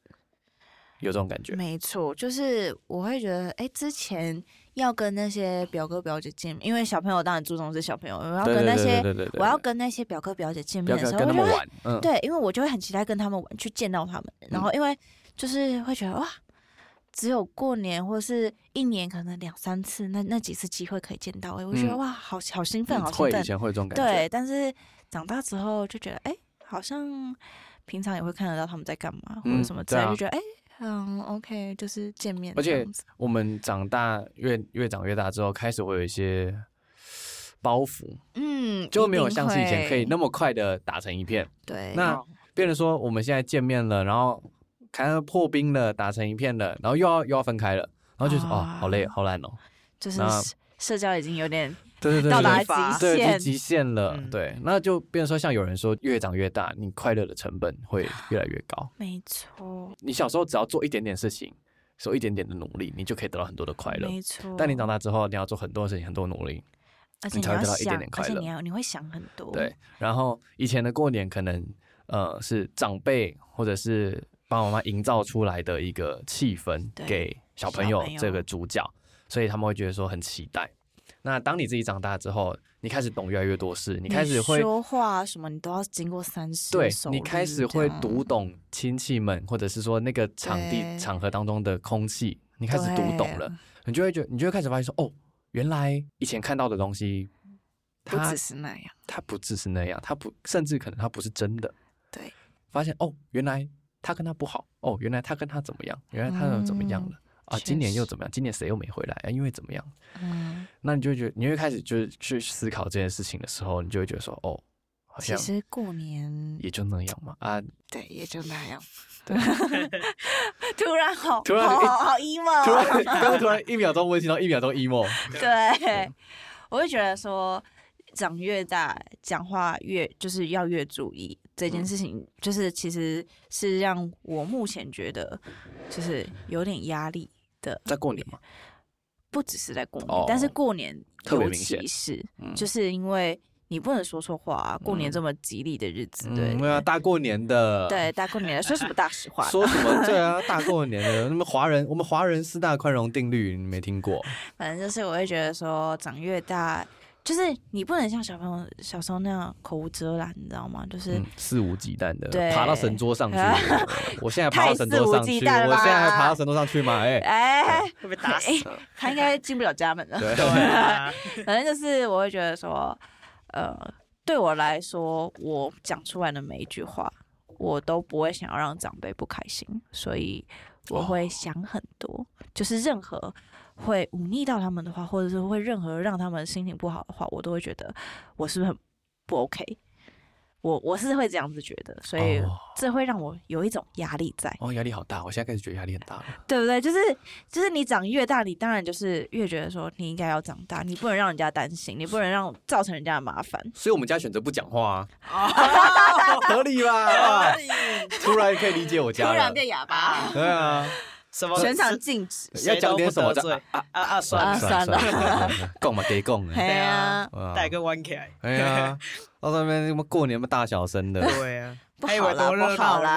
有这种感觉。没错，就是我会觉得，哎、之前要跟那些表哥表姐见面，因为小朋友当然注重是小朋友，我要对跟那对对些对对对，我要跟那些表哥表姐见不要面的跟时候，跟他我就们会玩，嗯，对，因为我就会很期待跟他们玩，去见到他们，然后因为就是会觉得哇。只有过年或是一年可能两三次，那那几次机会可以见到、哎，我觉得、嗯哇，好好兴奋，嗯好兴会以奋。前会有这种感觉，对，但是长大之后就觉得，哎、好像平常也会看得到他们在干嘛、或嗯者什么之对类，啊就觉得，哎、嗯，OK，就是见面而这且样子。我们长大越越长越大之后，开始会有一些包袱，嗯，就一没有定像是以前可以会那么快的打成一片。对，那哦变成说我们现在见面了，然后看到破冰了，打成一片了，然后又要又要分开了，然后就是、哦，啊好累，好懒哦。就是那社社交已经有点对对对，到对达没法极对限对，极限了，嗯对，那就变成说，像有人说，越长越大，你快乐的成本会越来越高。没错，你小时候只要做一点点事情，做一点点的努力，你就可以得到很多的快乐。没错。但你长，大之后，你要做很多事情，很多努力。而且你你才会要得到一点想点而快且乐你要你会想很多。对，，然后以前的过年可能呃是长辈或者是爸爸妈妈营造出来的一个气氛对给小朋小友朋友这个主角，所以他们会觉得说很期待。那当你自己长大之后，你开始懂越来越多事，你你开始会说话什么，你都要经过三思。对你开始会读，懂亲戚们，或者是说那个场对地场合当中的空气，你开始读懂对了，你就会觉你就会开始发现说，哦，原来以前看到的东西不他只是那样，他不只是那样，他不甚至可能他不是真的。对，发现哦，原来他跟他不好，哦，原来他跟他怎么样，原来他又怎么样了、啊？嗯确今年又实怎么样？今年谁又没回来啊？因为怎么样？嗯，那你就会觉得，你会开始就是去思考这件事情的时候，你就会觉得说，哦，好其像实过年也就那样嘛 啊，对也就那样， 突然好，突然好一好好 emo，突哦然，刚刚突然一秒钟，我也听到一秒钟 emo，嗯对， 我会觉得说，长越大，讲话越就是要越注意这嗯件事情，就是其实是让我目前觉得就是有点压力的，在过年嘛，不只是在过年，哦但是过年特别尤明显其是嗯就是因为你不能说错话、啊，过年这么吉利的日子，对、嗯，对啊，大过年的，，对，大过年的说什么大实话呢？ 说什么对啊，大过年的，那么华人，我们华人四大宽容定律，你没听过？反正就是我会觉得说，长越大，就是你不能像小朋友小时候那样口无遮拦，你知道吗？就是嗯，肆无忌惮的对，爬到神桌上去 我现在爬到神桌上太肆无去，忌惮了吧我现在还爬到神桌上去吗？ 哎、哎、会被打死。哎他应该进不了家门了。对， 哦对啊，反正就是我会觉得说，呃，对我来说，我讲出来的每一句话，我都不会想要让长辈不开心，所以我会想很多，就是任何会忤逆到他们的话，或者是会任何让他们心情不好的话，我都会觉得我是不是很不 OK。我我是会这样子觉得，所以哦这会让我有一种压力在。哦，压力好大，我现在开始觉得压力很大了。对不对？就是就是你长越大，你当然就是越觉得说你应该要长大，你不能让人家担心，你不能让造成人家的麻烦。所以我们家选择不讲话、哦啊，合理吧？啊突然可以理解我家了，哑，啊，对啊， 什么全场禁止。要讲点什么谁都不得罪啊啊，算啊了，算算了了，供嘛给供嘿哎，对对啊啊，哇带个弯起来，哎呀，到那边什么过年嘛大小声的，对 啊，不还以为好啦，多热不闹好哎啦，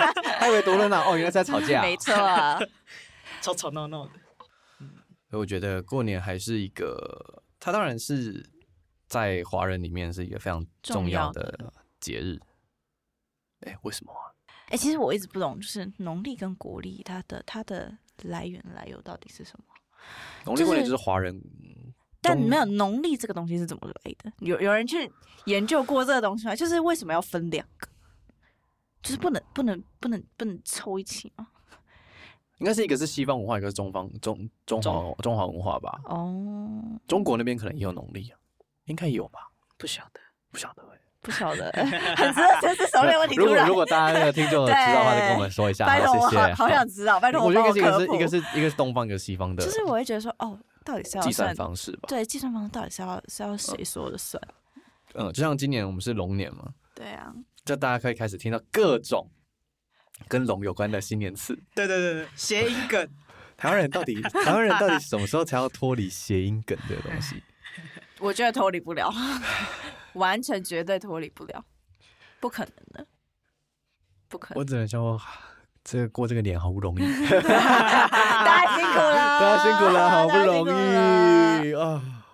呀还以为多热闹哦，原来是在吵架。没错啊，吵吵闹闹的，所以我觉得过年还是一个，它当然是在华人里面是一个非常重要的节日。哎，为什么啊？哎、其实我一直不懂，就是农历跟国历它的它的来源来由到底是什么？农历过年就是华人，嗯但中没有农历这个东西是怎么来的？有有人去研究过这个东西吗？就是为什么要分两个？就是不能不能不能不能凑一起吗？应该是一个是西方文化，一个是中方中中华中华文化吧。哦，中国那边可能也有农历啊，应该有吧？不晓得。不晓得欸。不晓得，很值得深思熟虑的哦问题。如突果然如，果大家那个听众有知道的话，对再跟我们说一下，拜托我好谢好谢。好想知道，拜托我觉帮得我一个科是一普。个是一个是一个是东方，一个是西方的就是我会觉得说，哦，到底是要计算算方式吧。对计算方到底是要是要谁说了算？嗯，就像今年我们是龙年嘛，对啊，就大家可以开始听到各种跟龙有关的新年词。对对对对，谐音梗，台湾人到 底台湾人到底什么时候才要脱离谐音梗这个东西？我觉得脱离不了， 完全绝对脱离不了，不可能的，不可 能我。只能说，这个过这个年好不容易，啊大家辛苦了， 大家辛苦了，好不容大家辛苦了易啊，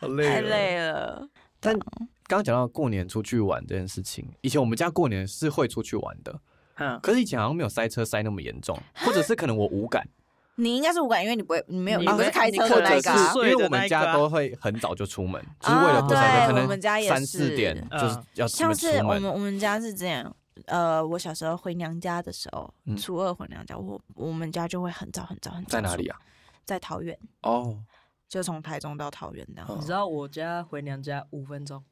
好累，太。累了。但刚刚讲到过年出去玩这件事情，以前我们家过年是会出去玩的，嗯，可是以前好像没有塞车塞那么严重，或者是可能我无感，你应该是无感，因为你不会，你没有，你你哦不是会开你车或的者那是个啊哦是。因为我们家都会很早就出门，就是为了不啊塞车，对可我们家能也三是四点嗯就是要准像备是出我门们。我们家是这样，呃，我小时候回娘家的时候，嗯初二回娘家，我我们家就会很早很早很早。在哪里啊？啊？在桃园，哦，就从台中到桃园的。嗯你知道我家回娘家五分钟，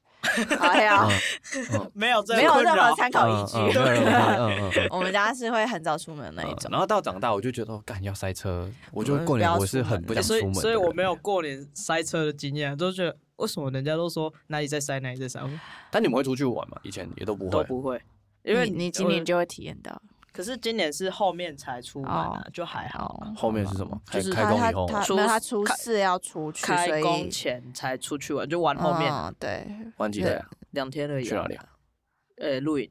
哎呀，哦没有这没有困任扰何参考依据。嗯 嗯。我们家是会很早出门的那一种。然后到长大，我就觉得哦干要塞车，我就嗯过不年要我是出很门不想欸出所门的以人，所以我没有过年塞车的经验，都觉得为什么人家都说哪里在塞哪里在塞，我但你们会出去玩吗？以前也都不都会。嗯不会，因为你你今年我就会体验到，可是今年是后面才出门啊，就还好，好后面是什么？开就是哦开他工他以后哦他出没有他初开四要出去，所开以工前才出去玩，就玩后面嗯对，玩几天啊？两天而已。去哪里？啊？呃，露营，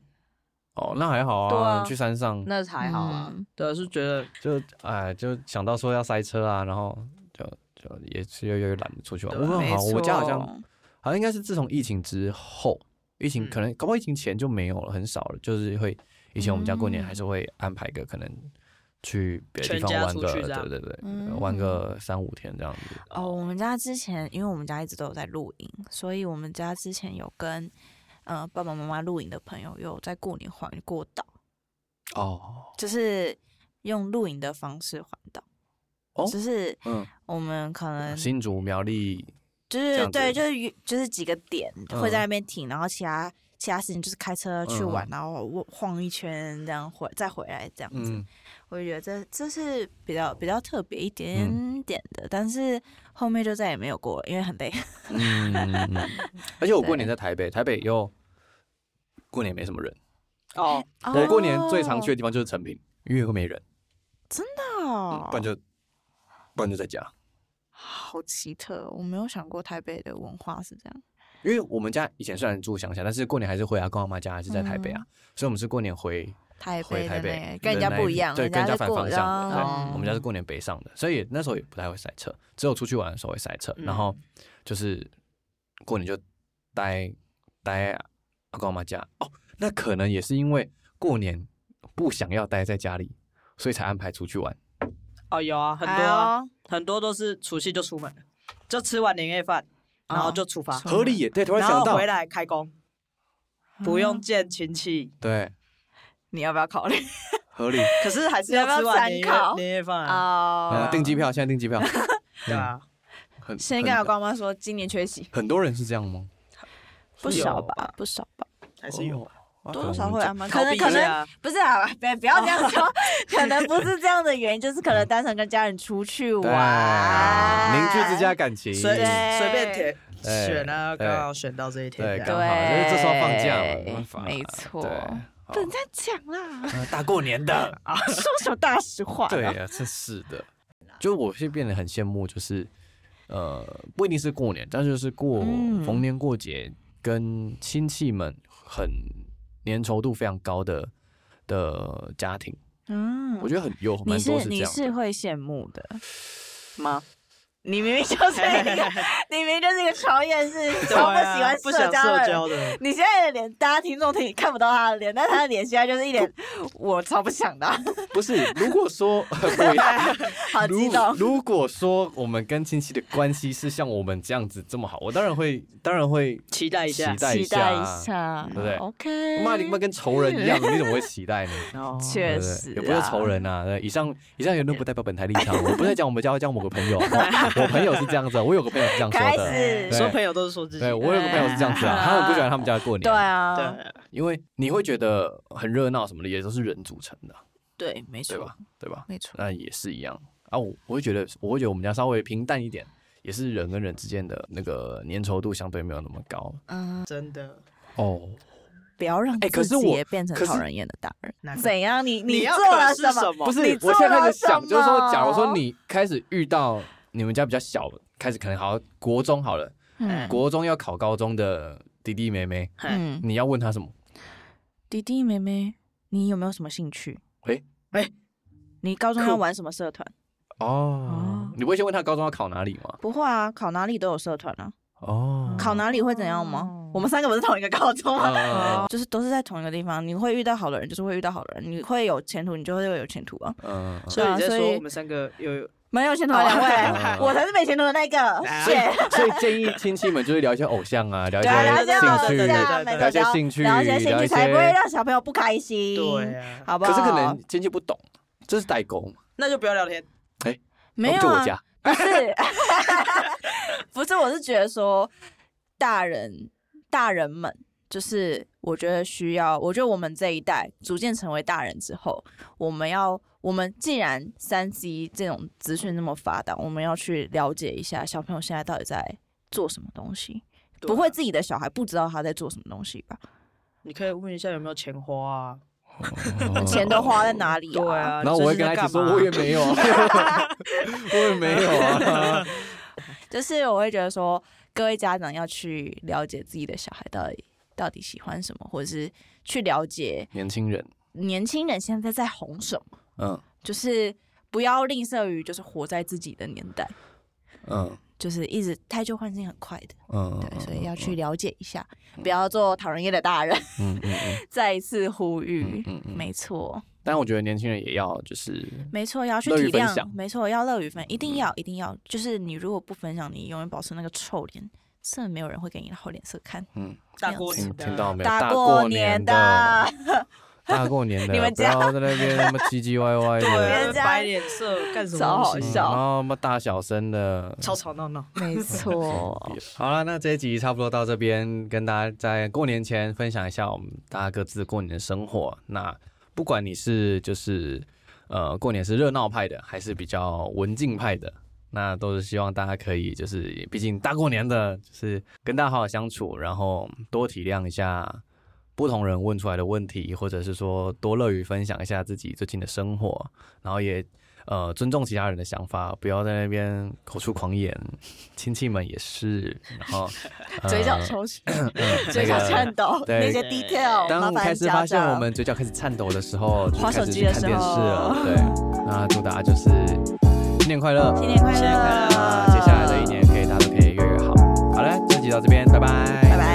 哦，那还好对啊，啊去山上那还好啊嗯。对，是觉得就哎就想到说要塞车啊，然后就就也是又又懒得出去玩。对我啊好没像我家好像错好像应该是自从疫情之后，疫情嗯可能、搞不好疫情前就没有了，很少了，就是会以前我们家过年嗯还是会安排个可能去别的地全方家玩出个，去对这样对对，嗯玩个三五天这样子。哦，我们家之前，因为我们家一直都有在露营，所以我们家之前有跟呃爸爸妈妈露营的朋友有在过年环过岛，哦，就是用露营的方式环岛。哦就是嗯，我们可能新竹苗栗，就这是样对，子就是约就是几个点嗯会在那边停，然后其他其他事情就是开车去玩，嗯然后我晃一圈这样回再回来这样子。嗯，我就觉得这这是比较比较特别一嗯点点的，但是后面就再也没有过了，因为很累。嗯，嗯嗯而且我过对年在台北，台北又过年没什么人。哦，我过年最常去的地方就是成品，因为会没人，哦不然就不然就在家。好奇特哦，我没有想过台北的文化是这样。因为我们家以前虽然住乡下，但是过年还是回阿公阿妈家，还是在台北啊，所以我们是过年回嗯台回北台的北那个的跟人家那一不一批样，对，跟人家是反过方向的，哦嗯对，我们家是过年北上的，所以那时候也不太会塞车，只有出去玩的时候会塞嗯车，然后就是过年就待待阿公阿妈家哦，那可能也是因为过年不想要待在家里，所以才安排出去玩，哦，有啊，很哎多啊，很多都是除夕就出门了，就吃完年夜饭，然后就出发，哦合理也对，突然然想后到回，来开工，嗯不用见亲戚，对，你要不要考 虑合理可是还是要吃完年 要不要参夜考年夜饭啊，啊，哦订机票，现在订机 票，对哦啊，很先跟阿公阿妈说今年 缺席，很多人是这样吗？不是少有吧，不少吧，还是有哦啊多哦可能多少我少们这会安排。考可能虑可一能下，不是啊，别不要这样 说，可能不是这样的原因，就是可能单纯跟家人出去嗯对玩，凝聚之家哦感情，随对随便填对选啊，对刚好选到这一天哎对，这刚样，好，对就是这时候放假嘛，没办法没错对，好不能再讲啦， 呃大过年的，说什么大实话？对，呀，真是的，就我是变得很羡慕，就是呃，不一定是过年，但是就是过嗯逢年过节跟亲戚们很粘稠度非常高的的家庭，嗯我觉得很有你蛮多是这你样是的。会羡慕的 吗？你明明就是一个，你明明就是一个超厌 世、对超啊不喜欢不社想交的社人。交的，你现在的脸，大家听众听看不到他的脸，但他的脸现在就是一脸我超不想的，不是，如果说 我好如激动。如 果说我们跟亲戚的关系是像我们这样子这么好，我当然会，当然会期待一下期，待期一待一下。下，对不对？OK，妈，你他妈跟仇人一样，你怎么会期待呢？哦对嗯确不对实啊，也不是仇人啊。对以上以上言论不代表本台立 场，我不是在讲我们家，我讲某个朋友。我我朋友是这样子，我有个朋友是这样说开的。始对说朋友都是说自己，对我有个朋友是这样子啊，他们不喜欢他们家的过年，对啊，对，因为你会觉得很热闹什么的，也都是人组成的，对，没对错吧，？对吧？没错，那也是一样啊。我我会觉得，我会觉得我们家稍微平淡一点，也是人跟人之间的那个粘稠度相对没有那么高嗯，真的，哦。不要让哎可自是己我也变成可是讨人厌的大人。哪个怎样？你你要做了可是什么不是你，我做现在开了始想，什就是说，假如说么你开始遇到你们家比较小，开始可能好国中好了，嗯国中要考高中的弟弟妹妹，嗯，嗯，你要问他什么？弟弟妹妹，你有没有什么兴趣？诶诶你高中酷要玩什么社团？哦哦，你不会先问他高中要考哪里吗？不会啊，考哪里都有社团啊。哦，考哪里会怎样吗？我们三个不是同一个高中吗？嗯就是都是在同一个地方，你会遇到好的人，就是会遇到好的人，你会有前途，你就会有前途啊。嗯，嗯所以你在对啊所说以我们三个有没有前途的两哦位，我才是没前途的那个。谢谢。所以建议亲戚们就是聊一些偶像啊，聊一对啊，聊一些些兴偶像，趣，对对没错聊一些兴趣，聊一些兴聊趣一才不会些。让小朋友不开心，对，啊，好不可好？是可能亲戚不懂，这是代沟嘛？那就不要聊天，没有就我啊，家不是， 不是，我是觉得说，大人大人们，就是我觉得需要，我觉得我们这一代逐渐成为大人之后，我们要，我们既然三 C 这种资讯那么发达，我们要去了解一下小朋友现在到底在做什么东西。对不会啊，自己的小孩不知道他在做什么东西吧？你可以问一下有没有钱花啊？钱都花在哪里、啊？对，啊，然后我会跟他一起说，我也没有啊， 我也没有啊。就是我会觉得说，各位家长要去了解自己的小孩到底到底喜欢什么，或者是去了解 年轻人，年轻人现在在红什么，嗯就是不要吝啬于就是活在自己的年代，嗯就是一直太旧换新很快的，嗯，对，所以要去了解一下， 不要做讨人厌的大人。嗯嗯嗯再一次呼吁嗯嗯，嗯没错，但我觉得年轻人也要就是没错，要去乐于体分享嗯谅，没错，要乐于分，一定要，一定要，就是你如果不分享，你永远保持那个臭脸，真的没有人会给你好脸色看。嗯，大过听年听到没有？大过年的，大过年的，你们不这样要在那边那么唧唧歪 歪对的，人家摆脸色干什么？超好嗯笑然后那么大小声的，吵吵闹闹。没错，好了，那这一集差不多到这边，跟大家在过年前分享一下我们大家各自过年的生活。那不管你是就是呃过年是热闹派的，还是比较文静派的，那都是希望大家可以就是，毕竟大过年的，就是跟大家好好相处，然后多体谅一下不同人问出来的问题，或者是说多乐于分享一下自己最近的生活，然后也。呃，尊重其他人的想法，不要在那边口出狂言，亲戚们也是，然后、 呃、嘴角抽搿，嗯嘴角那个颤抖，对那些 detail，麻哦当烦开始家发现长我们嘴角开始颤抖的时候，就滑开手始机去的看时电视候了。对，那祝大家就是新年快乐，啊新年快乐，啊那接下来的一年可以大家都可以越来越好。好了，这集到这边，拜拜，拜拜。